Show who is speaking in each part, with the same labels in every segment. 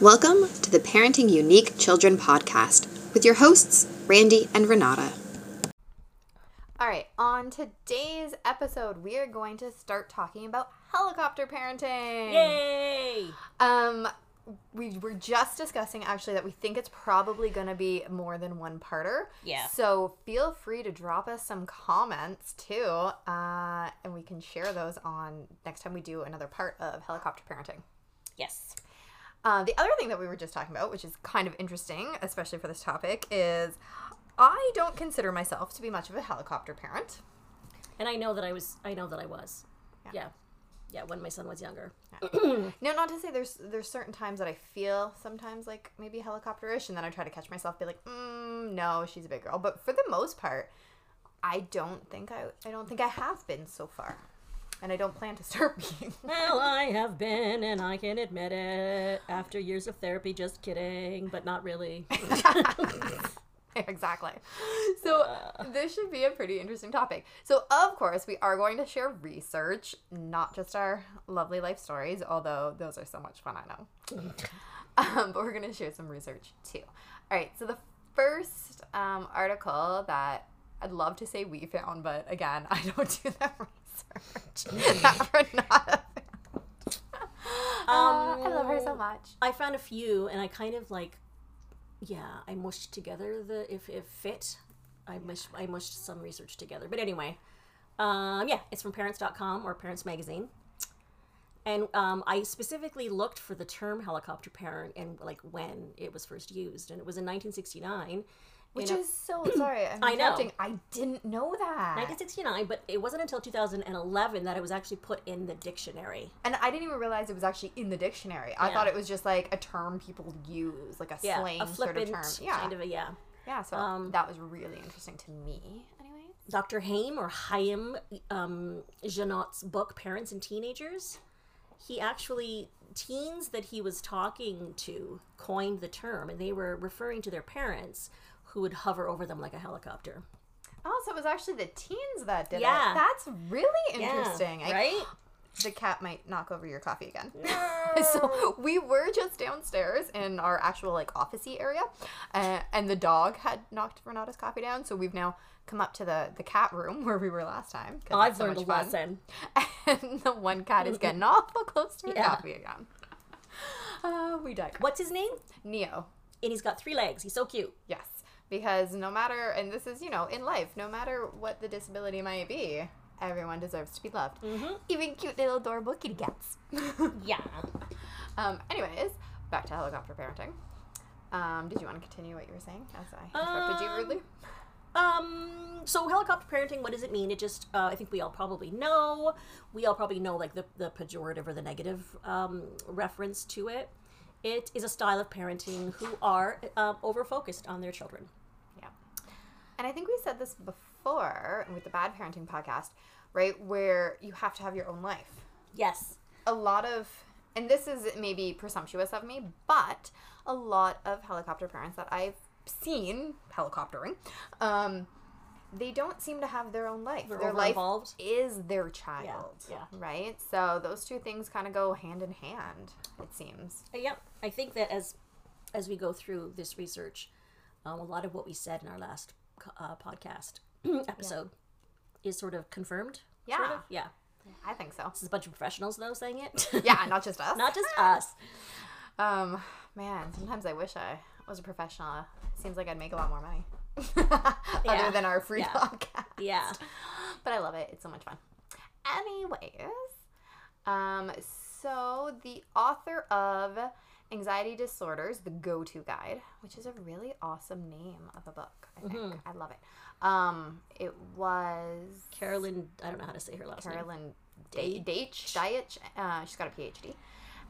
Speaker 1: Welcome to the Parenting Unique Children podcast with your hosts, Randy and Renata.
Speaker 2: All right, on today's episode, we are going to start talking about helicopter parenting.
Speaker 3: Yay!
Speaker 2: Um, we were just discussing actually that we think it's probably going to be more than one parter.
Speaker 3: Yeah.
Speaker 2: So feel free to drop us some comments too, uh, and we can share those on next time we do another part of helicopter parenting.
Speaker 3: Yes.
Speaker 2: Uh, the other thing that we were just talking about, which is kind of interesting, especially for this topic, is I don't consider myself to be much of a helicopter parent.
Speaker 3: And I know that I was. I know that I was. Yeah. Yeah, when my son was younger.
Speaker 2: No, not to say there's there's certain times that I feel sometimes like maybe helicopterish, and then I try to catch myself, be like, mm, no, she's a big girl. But for the most part, I don't think I I don't think I have been so far, and I don't plan to start being.
Speaker 3: Well, I have been, and I can admit it. After years of therapy, just kidding, but not really.
Speaker 2: exactly. So this should be a pretty interesting topic. So of course we are going to share research, not just our lovely life stories, although those are so much fun. I know. um, but we're going to share some research too. All right, so the first um, article that I'd love to say we found, but again, I don't do that research. that Renata found. Uh, I love her so
Speaker 3: Um,
Speaker 2: much.
Speaker 3: I found a few, and I kind of like. Yeah, I mushed together the if if fit. I mushed I mushed some research together, but anyway, um, yeah, it's from Parents.com or Parents Magazine. And um, I specifically looked for the term helicopter parent and like when it was first used, and it was in 1969.
Speaker 2: Which
Speaker 3: in a-
Speaker 2: is so sorry. I'm
Speaker 3: I know.
Speaker 2: interrupting. I didn't know that.
Speaker 3: 1969, but it wasn't until 2011 that it was actually put in the dictionary.
Speaker 2: And I didn't even realize it was actually in the dictionary. I
Speaker 3: Yeah.
Speaker 2: thought it was just like a term people use, like a slang
Speaker 3: a
Speaker 2: sort of
Speaker 3: flippant
Speaker 2: term. Yeah.
Speaker 3: kind of a yeah.
Speaker 2: yeah, so
Speaker 3: um,
Speaker 2: that was really interesting to me. Anyway.
Speaker 3: Dr. Haim or Haim um, Janot's book, Parents and Teenagers, he actually, teens that he was talking to coined the term, and they were referring to their parents who would hover over them like a helicopter.
Speaker 2: Oh, so it was actually the teens that did it.
Speaker 3: Yeah.
Speaker 2: That's really interesting. I-
Speaker 3: Yeah, right?
Speaker 2: the cat might knock over your coffee again. so we were just downstairs in our actual like officey area, uh, and the dog had knocked Renata's coffee down. So we've now come up to the the cat room where we were last time. 'cause
Speaker 3: I've
Speaker 2: it's so
Speaker 3: learned a
Speaker 2: much fun.
Speaker 3: lesson.
Speaker 2: and the one cat is getting awful close to her
Speaker 3: Yeah.
Speaker 2: coffee again. Uh, we digress.
Speaker 3: What's his name?
Speaker 2: Neo,
Speaker 3: And he's got three legs. He's so cute.
Speaker 2: yes, because no matter, and this is you know in life, no matter what the disability might be, everyone deserves to be loved,
Speaker 3: Mm-hmm.
Speaker 2: even cute little adorable kitty cats.
Speaker 3: Yeah.
Speaker 2: um, anyways, back to helicopter parenting. Um, did you want to continue what you were saying as I interrupted you
Speaker 3: Um,
Speaker 2: rudely?
Speaker 3: Um, so helicopter parenting, what does it mean? It just, uh, I think we all probably know. We all probably know like the, the pejorative or the negative um, reference to it. It is a style of parenting who are um, over focused on their children.
Speaker 2: Yeah. And I think we said this before with the bad parenting podcast, right? Where you have to have your own life.
Speaker 3: Yes.
Speaker 2: a lot of and this is maybe presumptuous of me but a lot of helicopter parents that i've seen helicoptering um, they don't seem to have their own life
Speaker 3: They're
Speaker 2: their life
Speaker 3: over-involved.
Speaker 2: is their child
Speaker 3: yeah.
Speaker 2: right so those two things kind of go hand in hand it seems
Speaker 3: Uh, Yep. I think that as as we go through this research, um, a lot of what we said in our last co- uh, podcast episode is sort of confirmed. sort
Speaker 2: Yeah.
Speaker 3: of. Yeah.
Speaker 2: i think so
Speaker 3: This is a bunch of professionals though saying it.
Speaker 2: yeah not just us
Speaker 3: Not just us.
Speaker 2: um man sometimes i wish i was a professional seems like i'd make a lot more money
Speaker 3: Yeah.
Speaker 2: other than our free
Speaker 3: Yeah.
Speaker 2: podcast
Speaker 3: Yeah.
Speaker 2: but I love it. It's so much fun. Anyways, um, so the author of Anxiety Disorders, The Go To Guide, which is a really awesome name of a book, I think. I love it. Um, it was
Speaker 3: Carolyn, I don't know how to say her last name.
Speaker 2: Carolyn Day- Deitch. Deitch. Uh, she's got a PhD.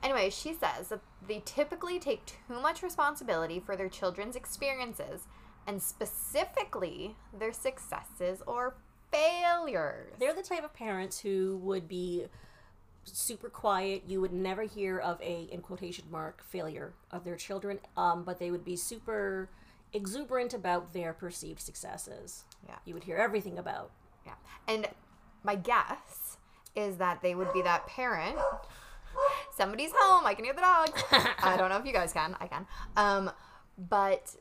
Speaker 2: Anyway, she says that they typically take too much responsibility for their children's experiences and specifically their successes or failures.
Speaker 3: They're the type of parents who would be super quiet. You would never hear of a, in quotation mark, failure of their children, um, but they would be super exuberant about their perceived successes.
Speaker 2: Yeah.
Speaker 3: You would hear everything about.
Speaker 2: Yeah. And my guess is that they would be that parent Somebody's home. I can hear the dogs. I don't know if you guys can. I can. Um, but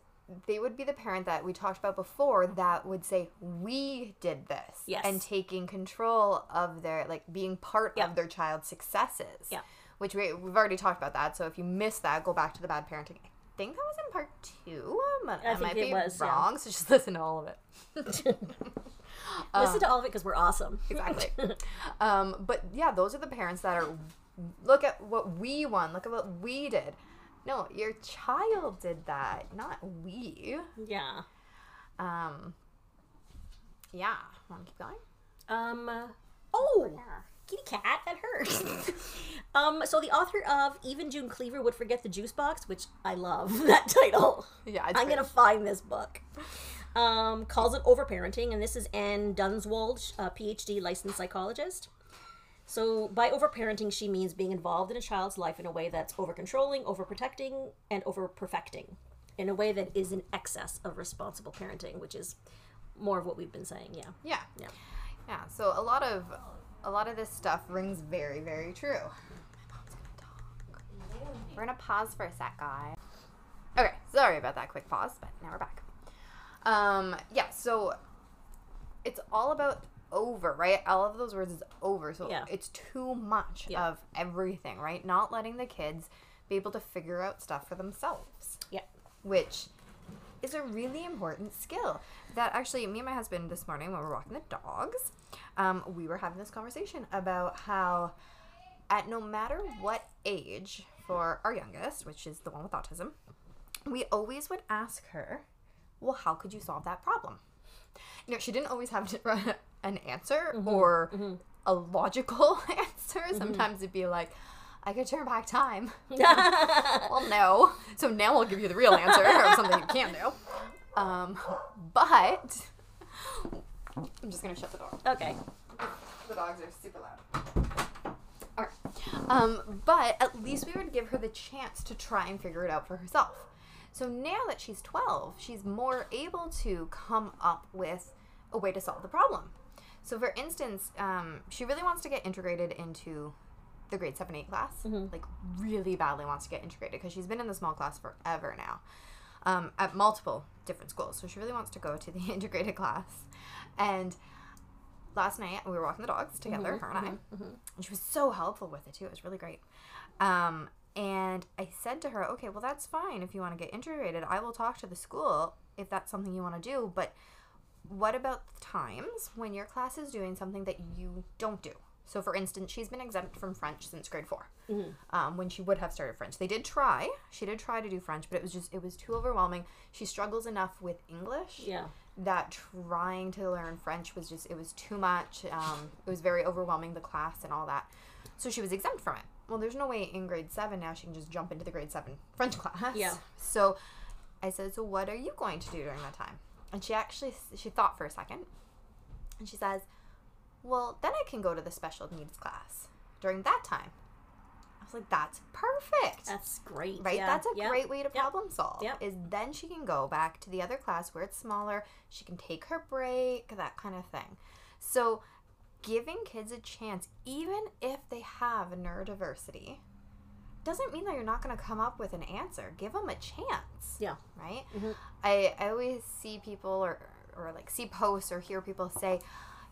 Speaker 2: they would be the parent that we talked about before that would say, "We did this,"
Speaker 3: Yes.
Speaker 2: and taking control of their like being part
Speaker 3: Yeah.
Speaker 2: of their child's successes.
Speaker 3: Yeah.
Speaker 2: Which we, we've already talked about that. So if you missed that, go back to the bad parenting. I think that was in part two. but I,
Speaker 3: think
Speaker 2: might
Speaker 3: it
Speaker 2: be
Speaker 3: was, yeah.
Speaker 2: wrong. So just listen to all of it.
Speaker 3: Listen to all of it because we're awesome.
Speaker 2: exactly. um, but yeah, those are the parents that are look at what we won, look at what we did. No, your child did that, not we.
Speaker 3: Yeah.
Speaker 2: Um, yeah, want to keep going?
Speaker 3: Um. Oh, kitty cat. That hurt. um. So the author of Even June Cleaver would forget the juice box, which I love that title.
Speaker 2: Yeah, it's
Speaker 3: I'm gonna find this book. Um, calls it overparenting, and this is Anne Dunswald, a PhD licensed psychologist. So, by overparenting, she means being involved in a child's life in a way that's overcontrolling, overprotecting, and overperfecting, in a way that is in excess of responsible parenting, which is more of what we've been saying. Yeah.
Speaker 2: Yeah.
Speaker 3: Yeah.
Speaker 2: Yeah. So a lot of a lot of this stuff rings very, very true. My mom's gonna talk. We're gonna pause for a sec, guys. Okay, sorry about that quick pause, but now we're back. Um, yeah, so it's all about over, right? All of those words is over. So
Speaker 3: Yeah.
Speaker 2: it's too much
Speaker 3: Yeah.
Speaker 2: of everything, right? Not letting the kids be able to figure out stuff for themselves
Speaker 3: Yeah.
Speaker 2: which is a really important skill. That actually, me and my husband this morning when we were walking the dogs, um, we were having this conversation about how, at no matter what age, for our youngest, which is the one with autism, we always would ask her, Well, how could you solve that problem? You know, she didn't always have an answer or a logical answer. Sometimes it'd be like, I could turn back time. Well, no. So now I'll give you the real answer or something you can do. Um, but I'm just gonna shut the door.
Speaker 3: okay.
Speaker 2: The dogs are super loud. All right. Um, but at least we would give her the chance to try and figure it out for herself. So now that she's 12, she's more able to come up with a way to solve the problem. So, for instance, um, she really wants to get integrated into the grade 7 8 class. Like, really badly wants to get integrated because she's been in the small class forever now um, at multiple different schools. So, she really wants to go to the integrated class. And last night we were walking the dogs together, her and I. And she was so helpful with it too. It was really great. Um, and I said to her, "Okay, well that's fine if you want to get integrated. I will talk to the school if that's something you want to do. But what about the times when your class is doing something that you don't do?" So, for instance, she's been exempt from French since grade 4 um, when she would have started French. They did try; she did try to do French, but it was just it was too overwhelming. She struggles enough with English
Speaker 3: Yeah.
Speaker 2: that trying to learn French was just it was too much. Um, it was very overwhelming the class and all that. So she was exempt from it. Well, there's no way in grade seven now she can just jump into the grade seven French class.
Speaker 3: Yeah.
Speaker 2: So I said, so what are you going to do during that time? And she actually she thought for a second, and she says, well, then I can go to the special needs class during that time. I was like, that's perfect
Speaker 3: That's great.
Speaker 2: right
Speaker 3: Yeah.
Speaker 2: that's a
Speaker 3: Yeah.
Speaker 2: great way to
Speaker 3: Yeah.
Speaker 2: problem solve
Speaker 3: Yeah.
Speaker 2: is then she can go back to the other class where it's smaller she can take her break that kind of thing so giving kids a chance even if they have neurodiversity doesn't mean that you're not going to come up with an answer give them a chance
Speaker 3: Yeah.
Speaker 2: right
Speaker 3: Mm-hmm.
Speaker 2: I, I always see people or, or like see posts or hear people say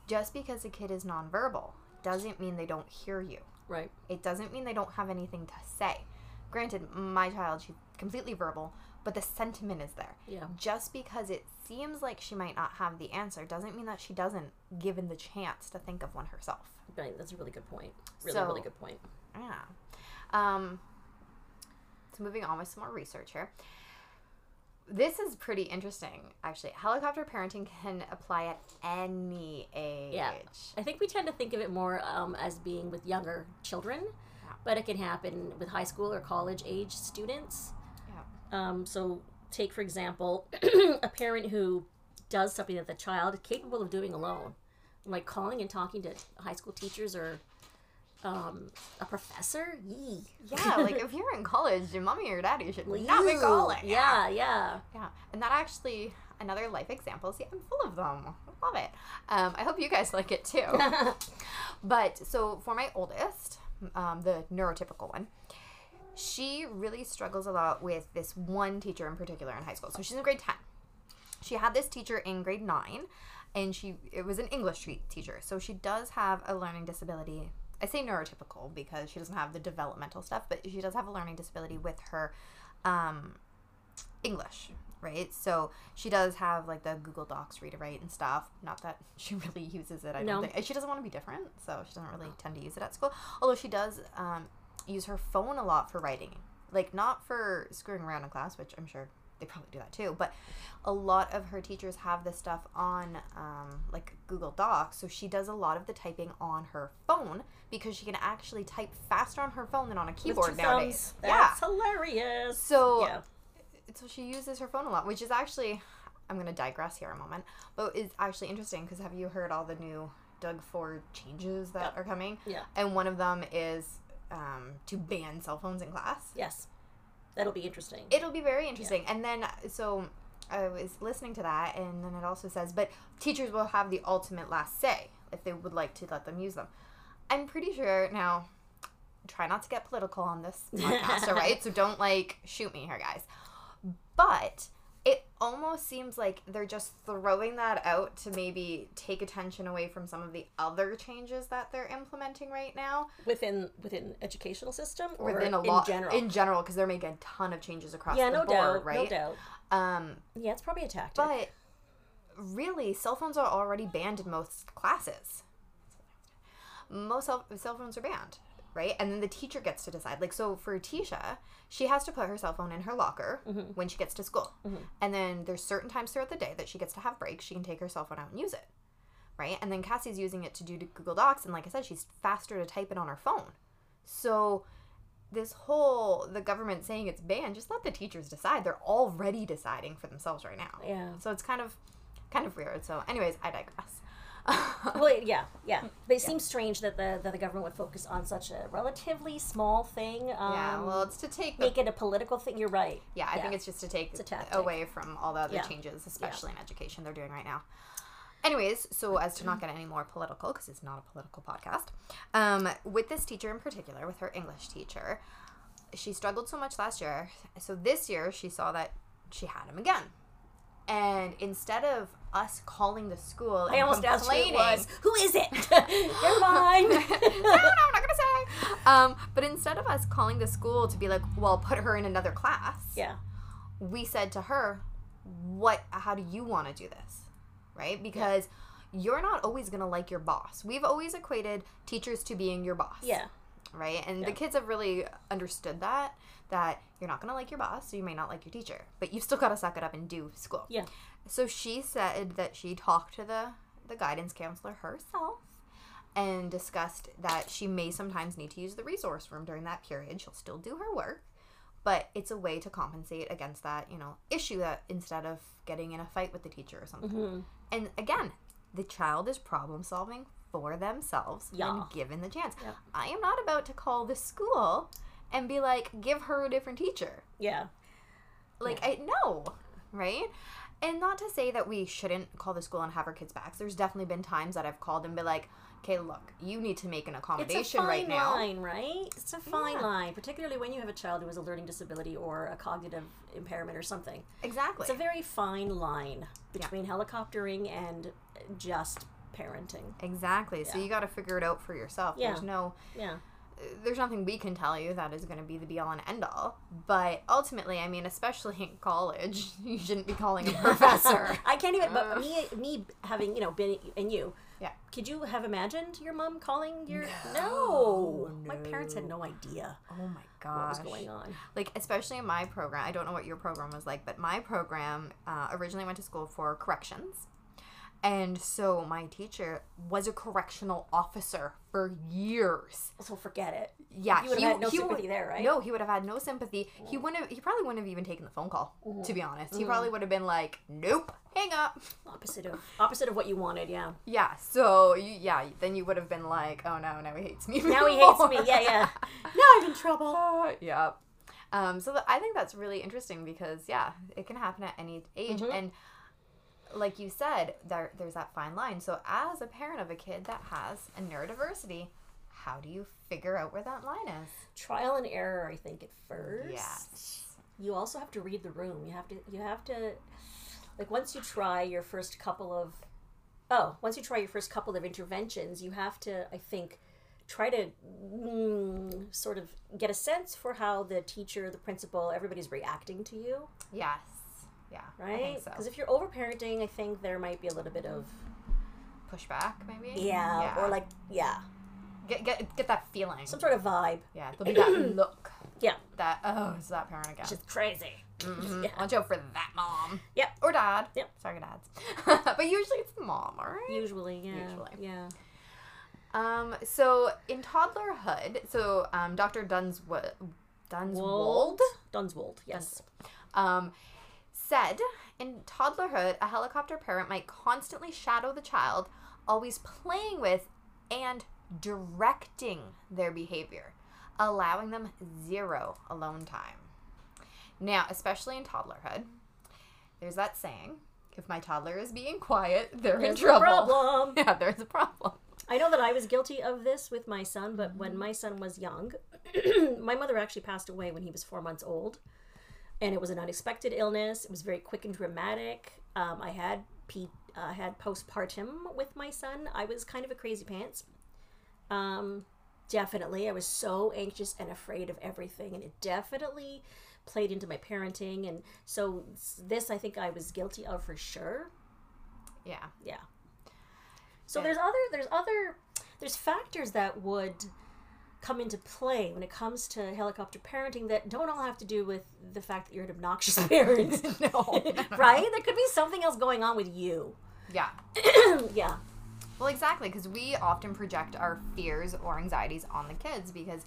Speaker 2: just because a kid is nonverbal doesn't mean they don't hear you
Speaker 3: Right.
Speaker 2: it doesn't mean they don't have anything to say. Granted, my child, she's completely verbal, but the sentiment is there.
Speaker 3: Yeah.
Speaker 2: Just because it seems like she might not have the answer doesn't mean that she doesn't, given the chance to think of one herself.
Speaker 3: Right. That's a really good point. Really,
Speaker 2: So-
Speaker 3: really good point.
Speaker 2: Yeah. Um, so moving on with some more research here. This is pretty interesting, actually. Helicopter parenting can apply at any age.
Speaker 3: Yeah. I think we tend to think of it more um, as being with younger children,
Speaker 2: Yeah.
Speaker 3: but it can happen with high school or college age students.
Speaker 2: Yeah.
Speaker 3: Um, so, take for example, a parent who does something that the child is capable of doing alone, like calling and talking to high school teachers or um, a professor. Yee.
Speaker 2: Yeah, like if you're in college, your mommy or daddy should not be calling.
Speaker 3: Yeah, yeah.
Speaker 2: Yeah, and that actually another life example. See, I'm full of them. I love it. Um, I hope you guys like it too. but so for my oldest, um, the neurotypical one, she really struggles a lot with this one teacher in particular in high school. So she's in grade 10. She had this teacher in grade 9 and she it was an English tre- teacher. So she does have a learning disability. I say neurotypical because she doesn't have the developmental stuff, but she does have a learning disability with her um, English, right? So she does have like the Google Docs read to write and stuff. Not that she really uses it. I
Speaker 3: No.
Speaker 2: don't think and she doesn't want to be different, so she doesn't really tend to use it at school. Although she does um, use her phone a lot for writing, like not for screwing around in class, which I'm sure they probably do that too. But a lot of her teachers have this stuff on um, like Google Docs, so she does a lot of the typing on her phone because she can actually type faster on her phone than on a
Speaker 3: With
Speaker 2: keyboard
Speaker 3: two thumbs.
Speaker 2: nowadays.
Speaker 3: That's hilarious.
Speaker 2: So
Speaker 3: yeah.
Speaker 2: so she uses her phone a lot, which is actually, I'm going to digress here a moment, but it's actually interesting because have you heard all the new Doug Ford changes that
Speaker 3: Yeah.
Speaker 2: are coming?
Speaker 3: Yeah.
Speaker 2: And one of them is um, to ban cell phones in class.
Speaker 3: Yes. That'll be interesting.
Speaker 2: It'll be very interesting. And then, so I was listening to that, and then it also says, but teachers will have the ultimate last say if they would like to let them use them. I'm pretty sure now. Try not to get political on this podcast, all right? So don't like shoot me here, guys. But it almost seems like they're just throwing that out to maybe take attention away from some of the other changes that they're implementing right now
Speaker 3: within within educational system or
Speaker 2: within a
Speaker 3: in
Speaker 2: lot
Speaker 3: general.
Speaker 2: in general because they're making a ton of changes across
Speaker 3: yeah,
Speaker 2: the
Speaker 3: no
Speaker 2: board,
Speaker 3: doubt.
Speaker 2: right?
Speaker 3: No doubt.
Speaker 2: Um,
Speaker 3: Yeah, it's probably a tactic.
Speaker 2: but really, cell phones are already banned in most classes. Most cell, cell phones are banned, right? And then the teacher gets to decide. Like, so for Tisha, she has to put her cell phone in her locker when she gets to school. And then there's certain times throughout the day that she gets to have breaks. She can take her cell phone out and use it, right? And then Cassie's using it to do to Google Docs. And like I said, she's faster to type it on her phone. So this whole the government saying it's banned just let the teachers decide they're already deciding for themselves right now
Speaker 3: Yeah.
Speaker 2: so it's kind of kind of weird so anyways i digress
Speaker 3: well, it- yeah, yeah. But it seems strange that the that the government would focus on such a relatively small thing. Um,
Speaker 2: yeah well it's to take the,
Speaker 3: make it a political thing. You're right.
Speaker 2: yeah i think it's just to take
Speaker 3: a tactic.
Speaker 2: away from all the other
Speaker 3: Yeah.
Speaker 2: changes especially in education they're doing right now anyways so as to not get any more political because it's not a political podcast um, with this teacher in particular with her english teacher she struggled so much last year so this year she saw that she had him again and instead of us calling the school and
Speaker 3: I almost asked who it
Speaker 2: complaining,
Speaker 3: was. Who is it? Never mind.
Speaker 2: no, no, I'm not gonna say. Um, but instead of us calling the school to be like, well, put her in another class,
Speaker 3: yeah.
Speaker 2: we said to her, what? How do you want to do this? Right? Because you're not always gonna like your boss. We've always equated teachers to being your boss.
Speaker 3: Yeah.
Speaker 2: Right? And the kids have really understood that that you're not gonna like your boss, so you may not like your teacher, but you still gotta suck it up and do school.
Speaker 3: Yeah.
Speaker 2: So she said that she talked to the, the guidance counselor herself and discussed that she may sometimes need to use the resource room during that period. She'll still do her work, but it's a way to compensate against that, you know, issue that instead of getting in a fight with the teacher or something. And again, the child is problem solving for themselves when
Speaker 3: Yeah.
Speaker 2: given the chance. I am not about to call the school and be like, give her a different teacher.
Speaker 3: Yeah.
Speaker 2: Like I no, right? And not to say that we shouldn't call the school and have our kids back. There's definitely been times that I've called and been like, "Okay, look, you need to make an
Speaker 3: It's a
Speaker 2: accommodation
Speaker 3: fine
Speaker 2: right now."
Speaker 3: line, right? It's a fine line, particularly when you have a child who has a learning disability or a cognitive impairment or something.
Speaker 2: Exactly.
Speaker 3: It's a very fine line between helicoptering and just parenting.
Speaker 2: exactly. So you got to figure it out for yourself.
Speaker 3: Yeah.
Speaker 2: There's no
Speaker 3: Yeah.
Speaker 2: there's nothing we can tell you that is going to be the be all and end all. But ultimately, I mean, especially in college, you shouldn't be calling a professor.
Speaker 3: I can't even. But me, me having you know been and you.
Speaker 2: Yeah.
Speaker 3: Could you have imagined your mom calling your? No. My parents had no idea
Speaker 2: oh my
Speaker 3: what
Speaker 2: gosh.
Speaker 3: was going on.
Speaker 2: like especially in my program i don't know what your program was like but my program uh, originally went to school for corrections and so my teacher was a correctional officer for years
Speaker 3: So forget it.
Speaker 2: yeah
Speaker 3: You would've had no sympathy there, right?
Speaker 2: no he would have had no sympathy he wouldn't have, he probably wouldn't have even taken the phone call to be honest
Speaker 3: Mm.
Speaker 2: he probably would have been like nope hang up
Speaker 3: Opposite of opposite of what you wanted. Yeah.
Speaker 2: yeah so you, yeah then you would have been like oh no now he hates me
Speaker 3: Now he hates me. Yeah, yeah. Now I'm in trouble.
Speaker 2: Uh, yeah. Um, so th- I think that's really interesting because yeah, it can happen at any age,
Speaker 3: Mm-hmm.
Speaker 2: and like you said, there there's that fine line. So as a parent of a kid that has a neurodiversity, how do you figure out where that line is?
Speaker 3: Trial and error, I think, at first.
Speaker 2: Yes.
Speaker 3: You also have to read the room. You have to you have to like once you try your first couple of oh, once you try your first couple of interventions, you have to I think try to mm, sort of get a sense for how the teacher, the principal, everybody's reacting to you,
Speaker 2: Yes. Yeah. I
Speaker 3: right?
Speaker 2: think
Speaker 3: Because
Speaker 2: so.
Speaker 3: if you're overparenting, I think there might be a little bit of
Speaker 2: Pushback, maybe.
Speaker 3: yeah, or like yeah,
Speaker 2: get get get that feeling.
Speaker 3: some sort of vibe.
Speaker 2: Yeah, there'll be that look.
Speaker 3: Yeah,
Speaker 2: That oh, it's that parent again.
Speaker 3: which is crazy.
Speaker 2: Mhm.
Speaker 3: yeah.
Speaker 2: Watch out for that mom.
Speaker 3: Yep.
Speaker 2: Or dad.
Speaker 3: Yep.
Speaker 2: Sorry, dads. but usually it's the mom, all right?
Speaker 3: Usually, yeah,
Speaker 2: Usually.
Speaker 3: yeah.
Speaker 2: Um, so in toddlerhood, so um, Dr. Dunswold, Dunswold
Speaker 3: Wold? Dunswold, yes.
Speaker 2: um, said in toddlerhood, a helicopter parent might constantly shadow the child, always playing with and directing their behavior, allowing them zero alone time. Now, especially in toddlerhood, there's that saying if my toddler is being quiet, they're
Speaker 3: There's
Speaker 2: in
Speaker 3: a
Speaker 2: trouble.
Speaker 3: problem.
Speaker 2: Yeah, there's a problem.
Speaker 3: I know that I was guilty of this with my son, but when my son was young, my mother actually passed away when he was four months old. And it was an unexpected illness. It was very quick and dramatic. Um, I had P- uh, had postpartum with my son. I was kind of a crazy pants. Um, definitely, I was so anxious and afraid of everything, and it definitely played into my parenting. And so, s- this I think I was guilty of for sure.
Speaker 2: Yeah.
Speaker 3: Yeah. So
Speaker 2: Yeah.
Speaker 3: there's other there's other there's factors that would come into play when it comes to helicopter parenting that don't all have to do with the fact that you're an obnoxious parent.
Speaker 2: No.
Speaker 3: right? There could be something else going on with you.
Speaker 2: Yeah.
Speaker 3: yeah.
Speaker 2: Well, exactly, because we often project our fears or anxieties on the kids because,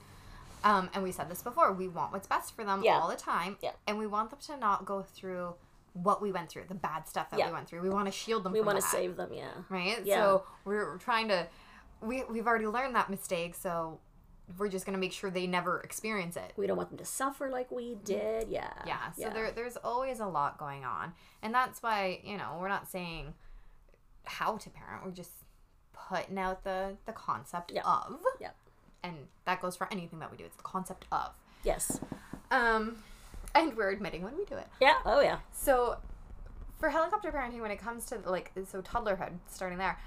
Speaker 2: um, and we said this before, we want what's best for them
Speaker 3: Yeah.
Speaker 2: all the time,
Speaker 3: Yeah.
Speaker 2: and we want them to not go through what we went through, the bad stuff that
Speaker 3: Yeah.
Speaker 2: we went through. We want to shield them.
Speaker 3: We
Speaker 2: from
Speaker 3: want to
Speaker 2: that,
Speaker 3: save them, yeah.
Speaker 2: right?
Speaker 3: Yeah.
Speaker 2: So we're we're trying to, we we've already learned that mistake, so we're just gonna make sure they never experience it.
Speaker 3: We don't want them to suffer like we did. Yeah.
Speaker 2: Yeah. So there there's always a lot going on, and that's why you know we're not saying how to parent. We're just putting out the the concept
Speaker 3: Yeah.
Speaker 2: of
Speaker 3: Yep.
Speaker 2: and that goes for anything that we do. It's the concept of.
Speaker 3: Yes.
Speaker 2: Um, and we're admitting when we do it.
Speaker 3: Yeah. Oh yeah.
Speaker 2: So, for helicopter parenting, when it comes to like so toddlerhood, starting there,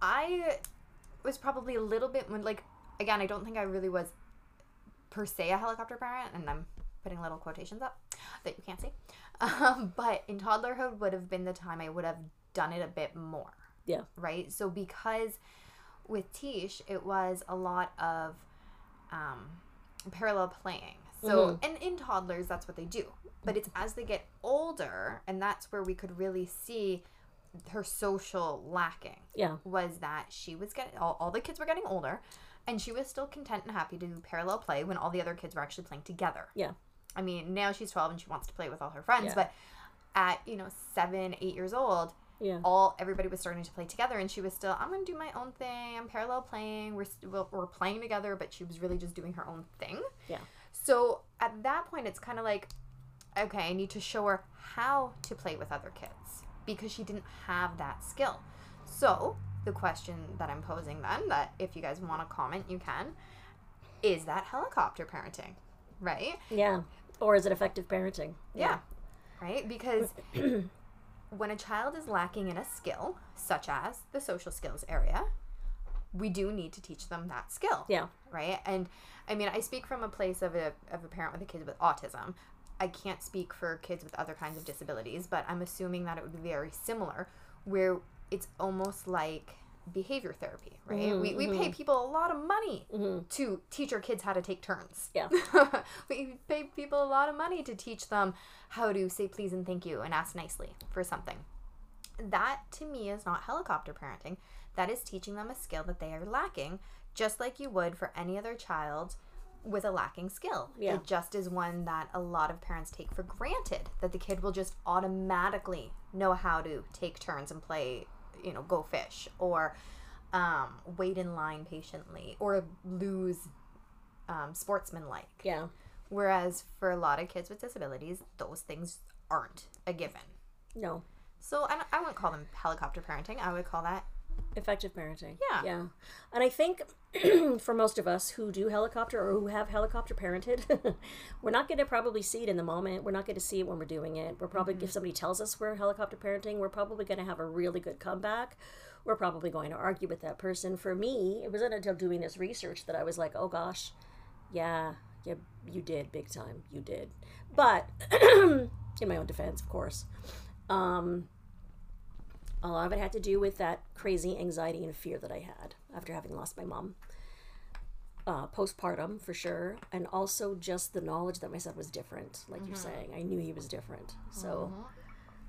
Speaker 2: I was probably a little bit when like again, I don't think I really was per se a helicopter parent, and I'm putting little quotations up that you can't see. Um, but in toddlerhood would have been the time I would have done it a bit more
Speaker 3: Yeah.
Speaker 2: right? So because with Tish, it was a lot of um, parallel playing. So and in toddlers, that's what they do. But it's as they get older, and that's where we could really see her social lacking
Speaker 3: Yeah.
Speaker 2: was that she was getting all, all the kids were getting older, and she was still content and happy to do parallel play when all the other kids were actually playing together.
Speaker 3: Yeah.
Speaker 2: I mean, now she's 12 and she wants to play with all her friends,
Speaker 3: Yeah.
Speaker 2: but at, you know, seven, eight years old,
Speaker 3: Yeah.
Speaker 2: all everybody was starting to play together and she was still i'm gonna do my own thing i'm parallel playing we're, s- we're, we're playing together but she was really just doing her own thing
Speaker 3: Yeah.
Speaker 2: so at that point it's kind of like okay i need to show her how to play with other kids because she didn't have that skill so the question that i'm posing then that if you guys want to comment you can is that helicopter parenting right
Speaker 3: Yeah. Or is it effective parenting?
Speaker 2: yeah. Right? Because when a child is lacking in a skill, such as the social skills area, we do need to teach them that skill.
Speaker 3: Yeah.
Speaker 2: Right? And I mean, I speak from a place of a, of a parent with a kid with autism. I can't speak for kids with other kinds of disabilities, but I'm assuming that it would be very similar, where it's almost like behavior therapy, right? we, we pay people a lot of money to teach our kids how to take turns.
Speaker 3: Yeah.
Speaker 2: we pay people a lot of money to teach them how to say please and thank you and ask nicely for something. That to me is not helicopter parenting. That is teaching them a skill that they are lacking, just like you would for any other child with a lacking skill.
Speaker 3: Yeah.
Speaker 2: It just is one that a lot of parents take for granted that the kid will just automatically know how to take turns and play, you know, go fish or um, wait in line patiently or lose um, sportsmanlike.
Speaker 3: Yeah.
Speaker 2: Whereas for a lot of kids with disabilities, those things aren't a given.
Speaker 3: No.
Speaker 2: So I, don't- I wouldn't call them helicopter parenting. I would call that
Speaker 3: Effective parenting.
Speaker 2: Yeah.
Speaker 3: Yeah. And I think for most of us who do helicopter or who have helicopter parented, we're not going to probably see it in the moment. We're not going to see it when we're doing it. We're probably, if somebody tells us we're helicopter parenting, we're probably going to have a really good comeback. We're probably going to argue with that person. For me, it wasn't until doing this research that I was like, oh gosh, yeah, yeah, you did big time. You did. But in my own defense, of course. Um, a lot of it had to do with that crazy anxiety and fear that I had after having lost my mom. Uh, postpartum, for sure. And also just the knowledge that my son was different. Like you're saying, I knew he was different. So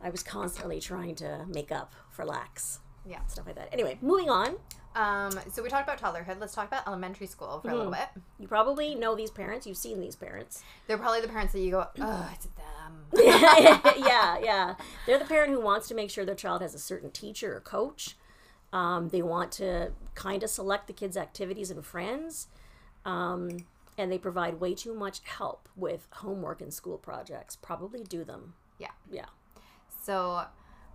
Speaker 3: I was constantly trying to make up for lacks,
Speaker 2: Yeah.
Speaker 3: stuff like that. Anyway, moving on.
Speaker 2: Um, so we talked about toddlerhood. Let's talk about elementary school for a little bit.
Speaker 3: You probably know these parents, you've seen these parents.
Speaker 2: They're probably the parents that you go, oh, it's them.
Speaker 3: yeah, yeah. They're the parent who wants to make sure their child has a certain teacher or coach. Um, they want to kind of select the kids' activities and friends. Um, and they provide way too much help with homework and school projects. Probably do them.
Speaker 2: Yeah.
Speaker 3: Yeah.
Speaker 2: So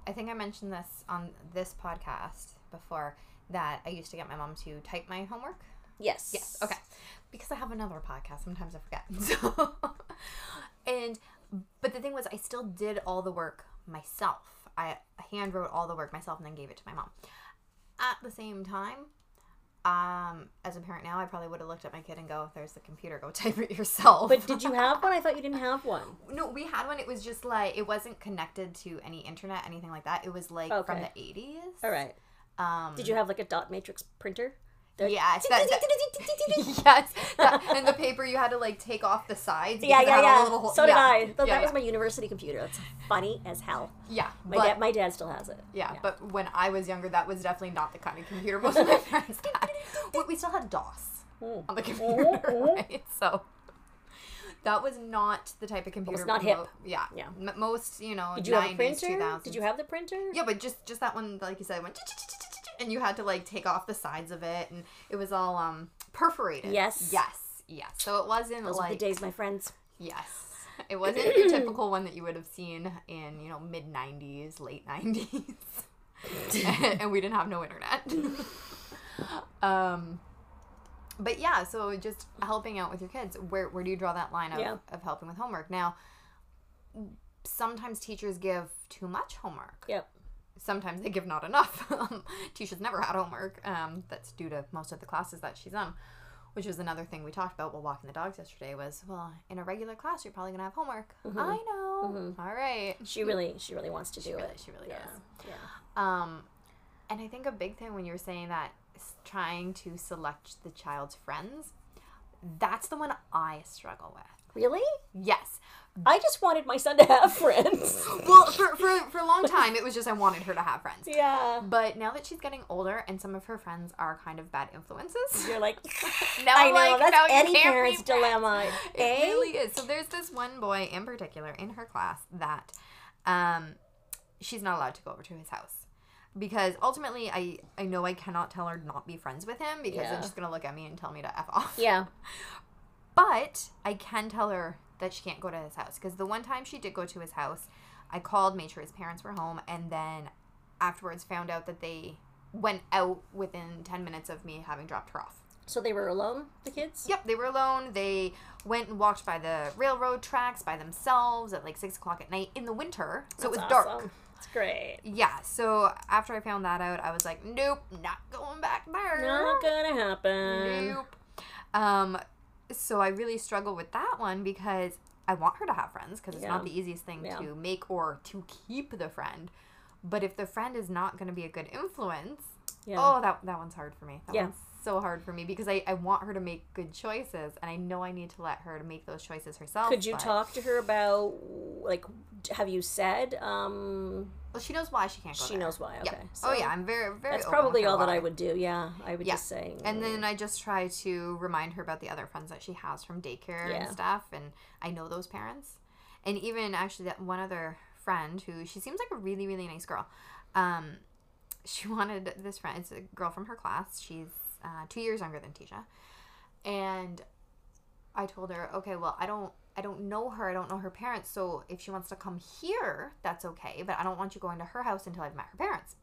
Speaker 2: I think I mentioned this on this podcast before that I used to get my mom to type my homework.
Speaker 3: Yes.
Speaker 2: Yes. Okay. Because I have another podcast, sometimes I forget. So, and but the thing was, I still did all the work myself. I hand wrote all the work myself and then gave it to my mom. At the same time, um, as a parent now, I probably would have looked at my kid and go, "There's the computer. Go type it yourself."
Speaker 3: But did you have one? I thought you didn't have one.
Speaker 2: no, we had one. It was just like it wasn't connected to any internet, anything like that. It was like from the
Speaker 3: Okay.
Speaker 2: 80s.
Speaker 3: All right.
Speaker 2: Um,
Speaker 3: Did you have like a dot matrix printer? The-
Speaker 2: Yes, that- that- yes, that- and the paper you had to like take off the sides.
Speaker 3: Yeah,
Speaker 2: because it had all
Speaker 3: yeah,
Speaker 2: the
Speaker 3: yeah.
Speaker 2: little hole-
Speaker 3: So did I. Th- that
Speaker 2: yeah,
Speaker 3: was my university computer. That's funny as hell.
Speaker 2: yeah,
Speaker 3: My,
Speaker 2: but,
Speaker 3: dad, my dad still has it.
Speaker 2: yeah, but when I was younger, that was definitely not the kind of computer most of my parents had. We, we still had DOS
Speaker 3: Mm.
Speaker 2: on the
Speaker 3: Mm-hmm,
Speaker 2: computer, right? So that was not the type of computer.
Speaker 3: not hip.
Speaker 2: mo- Yeah,
Speaker 3: Yeah.
Speaker 2: M- most you know,
Speaker 3: Did you have a
Speaker 2: 90s,
Speaker 3: printer?
Speaker 2: 2000s.
Speaker 3: Did you have the printer?
Speaker 2: Yeah, but just just that one, like you said, went and you had to like take off the sides of it, and it was all um perforated.
Speaker 3: Yes.
Speaker 2: yes, yes. So it wasn't
Speaker 3: Those were
Speaker 2: like
Speaker 3: the days, my friends.
Speaker 2: yes, it wasn't the typical one that you would have seen in you know mid '90s, late '90s, and we didn't have no internet. um, but yeah, so just helping out with your kids. Where where do you draw that line of
Speaker 3: Yeah.
Speaker 2: of helping with homework now? Sometimes teachers give too much homework
Speaker 3: Yep.
Speaker 2: sometimes they give not enough. Um, Tisha's never had homework. Um, that's due to most of the classes that she's on, which was another thing we talked about while walking the dogs yesterday. Was well, in a regular class, you're probably gonna have homework.
Speaker 3: Mm-hmm.
Speaker 2: I know. All right.
Speaker 3: She really, she really wants to do
Speaker 2: Really,
Speaker 3: it.
Speaker 2: she really
Speaker 3: Mm-hmm. Yeah.
Speaker 2: does.
Speaker 3: Yeah.
Speaker 2: Um, and I think a big thing when you were saying that is trying to select the child's friends, that's the one I struggle with.
Speaker 3: Really?
Speaker 2: Yes.
Speaker 3: I just wanted my son to have friends.
Speaker 2: Well, for, for, for a long time, it was just I wanted her to have friends.
Speaker 3: yeah.
Speaker 2: But now that she's getting older and some of her friends are kind of bad influences,
Speaker 3: You're like,
Speaker 2: now
Speaker 3: I
Speaker 2: I'm
Speaker 3: know
Speaker 2: like,
Speaker 3: that's
Speaker 2: no, you
Speaker 3: any
Speaker 2: can't be
Speaker 3: parent's
Speaker 2: friends.
Speaker 3: dilemma.
Speaker 2: It
Speaker 3: eh?
Speaker 2: really is. So there's this one boy in particular in her class that um, she's not allowed to go over to his house. Because ultimately, I, I know I cannot tell her not be friends with him because
Speaker 3: Yeah.
Speaker 2: then she's going to look at me and tell me to F off.
Speaker 3: Yeah.
Speaker 2: But I can tell her that she can't go to his house because the one time she did go to his house, I called, made sure his parents were home, and then afterwards found out that they went out within 10 minutes of me having dropped her off.
Speaker 3: So they were alone, the kids?
Speaker 2: Yep, they were alone. They went and walked by the railroad tracks by themselves at like six o'clock at night in the winter, so it was
Speaker 3: That's
Speaker 2: dark.
Speaker 3: awesome. It's great.
Speaker 2: Yeah, so after I found that out, I was like, nope, not going back there.
Speaker 3: Not gonna happen.
Speaker 2: Nope. Um, so I really struggle with that one because I want her to have friends because it's not
Speaker 3: Yeah.
Speaker 2: the easiest thing
Speaker 3: Yeah.
Speaker 2: to make or to keep the friend. But if the friend is not going to be a good influence,
Speaker 3: Yeah.
Speaker 2: oh, that, that one's hard for me. That
Speaker 3: Yeah.
Speaker 2: one's so hard for me because I, I want her to make good choices and I know I need to let her to make those choices herself.
Speaker 3: Could you
Speaker 2: but-
Speaker 3: talk to her about, like, d- have you said? Um,
Speaker 2: Well, she knows why she can't go
Speaker 3: she
Speaker 2: there.
Speaker 3: knows why. Okay.
Speaker 2: Yeah. oh, yeah. I'm very, very.
Speaker 3: That's
Speaker 2: open with
Speaker 3: probably
Speaker 2: her
Speaker 3: all that
Speaker 2: why.
Speaker 3: I would do. Yeah. I would
Speaker 2: Yeah.
Speaker 3: just say.
Speaker 2: And then I just try to remind her about the other friends that she has from daycare
Speaker 3: Yeah.
Speaker 2: and stuff. And I know those parents. And even actually, that one other friend who she seems like a really, really nice girl. Um, she wanted this friend, it's a girl from her class. She's uh, two years younger than Tisha. And I told her, okay, well, I don't. I don't know her. I don't know her parents. So if she wants to come here, that's okay. But I don't want you going to her house until I've met her parents.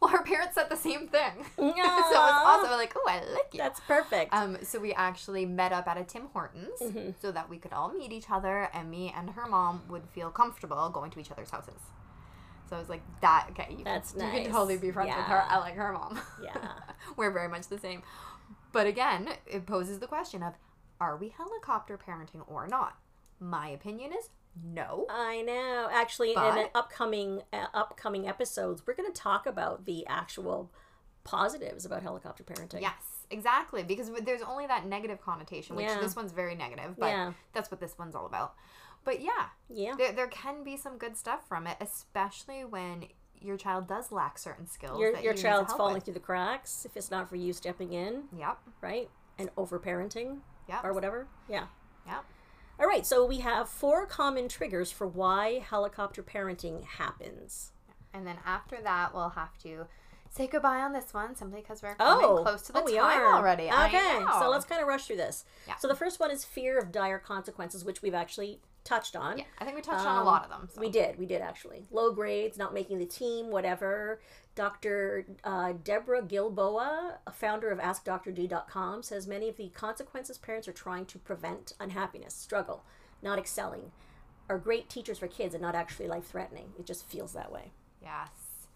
Speaker 2: Well, her parents said the same thing. so it was
Speaker 3: Aw.
Speaker 2: also like, oh, I like you.
Speaker 3: That's perfect.
Speaker 2: Um, so we actually met up at a Tim Hortons
Speaker 3: Mm-hmm.
Speaker 2: so that we could all meet each other, and me and her mom would feel comfortable going to each other's houses. So I was like, that okay? You
Speaker 3: That's
Speaker 2: can, You
Speaker 3: nice.
Speaker 2: can totally be friends with her.
Speaker 3: Yeah.
Speaker 2: I like her mom.
Speaker 3: Yeah.
Speaker 2: we're very much the same. But again, it poses the question of, are we helicopter parenting or not? My opinion is no.
Speaker 3: I know. Actually, in
Speaker 2: But-
Speaker 3: an upcoming uh, upcoming episodes, we're going to talk about the actual positives about helicopter parenting.
Speaker 2: Yes, exactly. Because w- there's only that negative connotation, which
Speaker 3: Yeah.
Speaker 2: this one's very negative, but
Speaker 3: Yeah.
Speaker 2: that's what this one's all about. But yeah,
Speaker 3: Yeah.
Speaker 2: there, there can be some good stuff from it, especially when your child does lack certain skills.
Speaker 3: Your,
Speaker 2: that
Speaker 3: your
Speaker 2: you need to
Speaker 3: child's
Speaker 2: help
Speaker 3: falling
Speaker 2: with.
Speaker 3: through the cracks if it's not for you stepping in,
Speaker 2: Yep,
Speaker 3: right? And overparenting
Speaker 2: yep,
Speaker 3: or whatever. Yeah.
Speaker 2: yep.
Speaker 3: All right, so we have four common triggers for why helicopter parenting happens.
Speaker 2: And then after that, we'll have to say goodbye on this one simply because we're coming close to the
Speaker 3: oh, we
Speaker 2: time
Speaker 3: are.
Speaker 2: already.
Speaker 3: Okay,
Speaker 2: I know.
Speaker 3: so let's kind of rush through this.
Speaker 2: Yeah.
Speaker 3: So the first one is fear of dire consequences, which we've actually touched on.
Speaker 2: Yeah, I think we touched on a lot of them. So.
Speaker 3: Um, We did, we did actually. Low grades, not making the team, whatever. Dr. Uh, Deborah Gilboa, a founder of AskDrD.com, says many of the consequences parents are trying to prevent unhappiness, struggle, not excelling, are great teachers for kids and not actually life threatening. It just feels that way.
Speaker 2: Yes.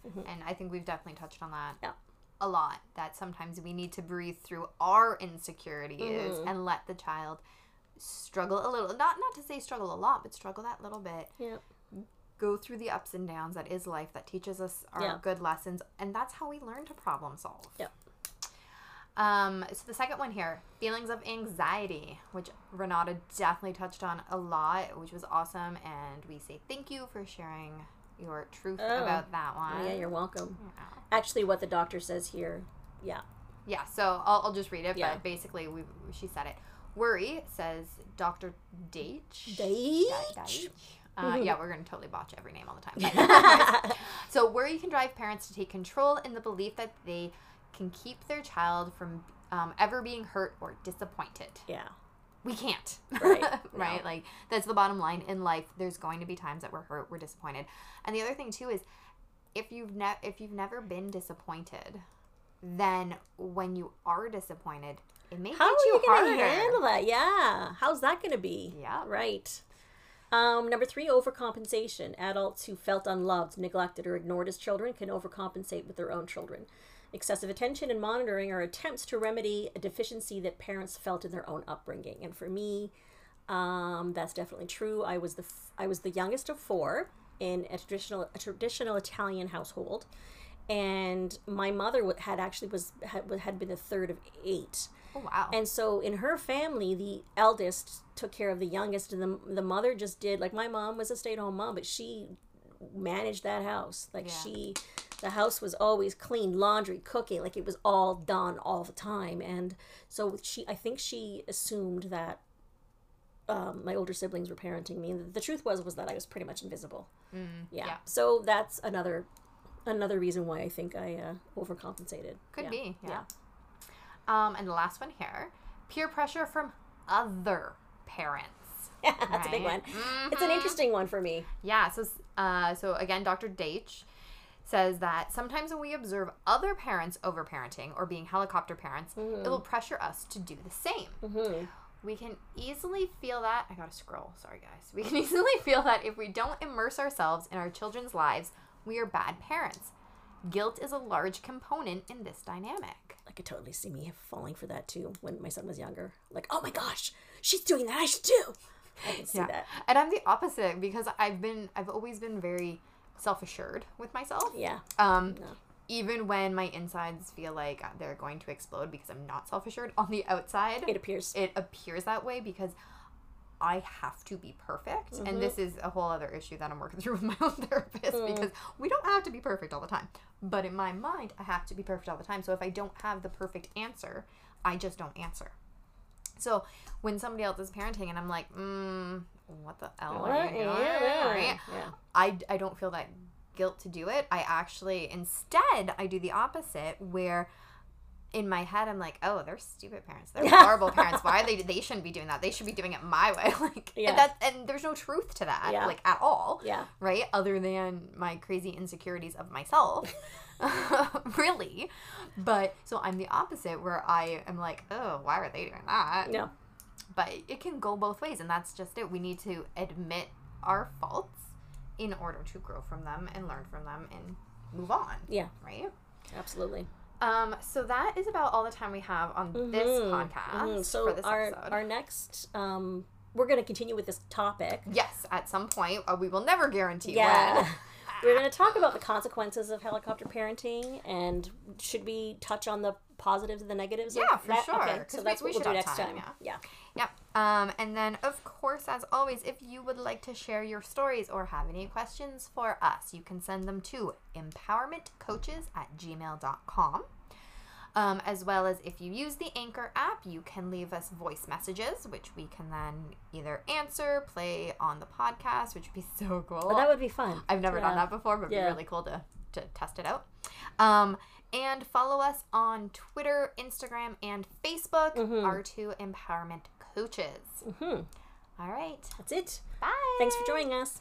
Speaker 3: Mm-hmm.
Speaker 2: And I think we've definitely touched on that
Speaker 3: Yeah.
Speaker 2: a lot. That sometimes we need to breathe through our insecurities and let the child struggle a little. Not not to say struggle a lot, but struggle that little bit.
Speaker 3: Yeah.
Speaker 2: Go through the ups and downs that is life that teaches us our
Speaker 3: Yeah.
Speaker 2: good lessons and that's how we learn to problem solve.
Speaker 3: Yeah.
Speaker 2: Um, so the second one here, feelings of anxiety, which Renata definitely touched on a lot, which was awesome, and we say thank you for sharing your truth about that one.
Speaker 3: Yeah, you're welcome. Actually, what the doctor says here, yeah.
Speaker 2: Yeah, so I'll, I'll just read it,
Speaker 3: Yeah.
Speaker 2: but basically we she said it. Worry says Dr. Deitch. Deitch. Uh, yeah, we're going to totally botch every name all the time. but- so worry can drive parents to take control in the belief that they can keep their child from um, ever being hurt or disappointed.
Speaker 3: Yeah.
Speaker 2: We can't.
Speaker 3: Right,
Speaker 2: right?
Speaker 3: no.
Speaker 2: Like that's the bottom line in life. There's going to be times that we're hurt, we're disappointed. And the other thing too is if you've ne- if you've never been disappointed, then when you are disappointed, it may hit
Speaker 3: How are
Speaker 2: you,
Speaker 3: you
Speaker 2: harder.
Speaker 3: going to handle that? Yeah. How's that going to be?
Speaker 2: Yeah.
Speaker 3: Right. Um, number three, overcompensation. Adults who felt unloved, neglected, or ignored as children can overcompensate with their own children. Excessive attention and monitoring are attempts to remedy a deficiency that parents felt in their own upbringing. And for me, um, that's definitely true. I was the f- I was the youngest of four in a traditional a traditional Italian household, and my mother wa- had actually was had, had been the third of eight.
Speaker 2: Oh wow.
Speaker 3: And so in her family, the eldest took care of the youngest, and the, the mother just did like my mom was a stay at home mom, but she managed that house. Like
Speaker 2: Yeah.
Speaker 3: she, the house was always clean, laundry, cooking, like it was all done all the time. And so she, I think she assumed that um, my older siblings were parenting me, and the truth was was that I was pretty much invisible. yeah.
Speaker 2: Mm, yeah.
Speaker 3: So that's another another reason why I think I uh, overcompensated.
Speaker 2: Could
Speaker 3: Yeah.
Speaker 2: be. Yeah. Um and the last one here, peer pressure from other parents.
Speaker 3: that's a big one.
Speaker 2: Right. Mm-hmm.
Speaker 3: It's an interesting one for me.
Speaker 2: Yeah. So, uh, so again, Dr. Deitch says that sometimes when we observe other parents overparenting or being helicopter parents, it will pressure us to do the same. We can easily feel that. I gotta scroll. Sorry, guys. We can easily feel that if we don't immerse ourselves in our children's lives, we are bad parents. Guilt is a large component in this dynamic.
Speaker 3: I could totally see me falling for that too when my son was younger. Like, oh my gosh, she's doing that. I should too. I can see that.
Speaker 2: And I'm the opposite because I've been I've always been very self-assured with myself.
Speaker 3: Yeah.
Speaker 2: Um, even when my insides feel like they're going to explode because I'm not self assured, on the outside,
Speaker 3: It appears.
Speaker 2: it appears that way because I have to be perfect.
Speaker 3: Mm-hmm.
Speaker 2: And this is a whole other issue that I'm working through with my own therapist
Speaker 3: Mm.
Speaker 2: because we don't have to be perfect all the time. But in my mind, I have to be perfect all the time. So if I don't have the perfect answer, I just don't answer. So when somebody else is parenting and I'm like, mm, what the hell are you doing? Right?
Speaker 3: Yeah.
Speaker 2: I, I don't feel that guilt to do it. I actually, instead, I do the opposite where in my head, I'm like, oh, they're stupid parents. They're horrible parents. Why are they? They shouldn't be doing that. They should be doing it my way. Like,
Speaker 3: Yeah.
Speaker 2: and, that's, and there's no truth to that,
Speaker 3: Yeah.
Speaker 2: like at all,
Speaker 3: Yeah.
Speaker 2: right? Other than my crazy insecurities of myself, really. But so I'm the opposite, where I am like, oh, why are they doing that?
Speaker 3: No.
Speaker 2: But it can go both ways, and that's just it. We need to admit our faults in order to grow from them and learn from them and move on,
Speaker 3: Yeah.
Speaker 2: right?
Speaker 3: Absolutely.
Speaker 2: Um, so that is about all the time we have on this
Speaker 3: Mhm,
Speaker 2: podcast
Speaker 3: mhm. So
Speaker 2: for this
Speaker 3: our
Speaker 2: episode.
Speaker 3: our next um we're going to continue with this topic.
Speaker 2: yes, at some point uh, we will never guarantee.
Speaker 3: Yeah.
Speaker 2: when.
Speaker 3: We're going to talk about the consequences of helicopter parenting and should we touch on the positives and the negatives? of
Speaker 2: Yeah, for
Speaker 3: that?
Speaker 2: sure,
Speaker 3: Okay,
Speaker 2: 'cause
Speaker 3: so
Speaker 2: we-
Speaker 3: that's
Speaker 2: we
Speaker 3: what we'll
Speaker 2: should
Speaker 3: do
Speaker 2: have
Speaker 3: next
Speaker 2: time,
Speaker 3: time. Yeah.
Speaker 2: Yeah. Um, and then, of course, as always, if you would like to share your stories or have any questions for us, you can send them to empowermentcoaches at gmail.com. Um, as well as if you use the Anchor app, you can leave us voice messages, which we can then either answer, play on the podcast, which would be so cool.
Speaker 3: But that would be fun.
Speaker 2: I've never done
Speaker 3: Yeah.
Speaker 2: that before, but it'd
Speaker 3: Yeah.
Speaker 2: be really cool to, to test it out. Um, and follow us on Twitter, Instagram, and Facebook,
Speaker 3: Mm-hmm.
Speaker 2: our two empowerment coaches.
Speaker 3: Mhm.
Speaker 2: All right.
Speaker 3: That's it.
Speaker 2: Bye.
Speaker 3: Thanks for joining us.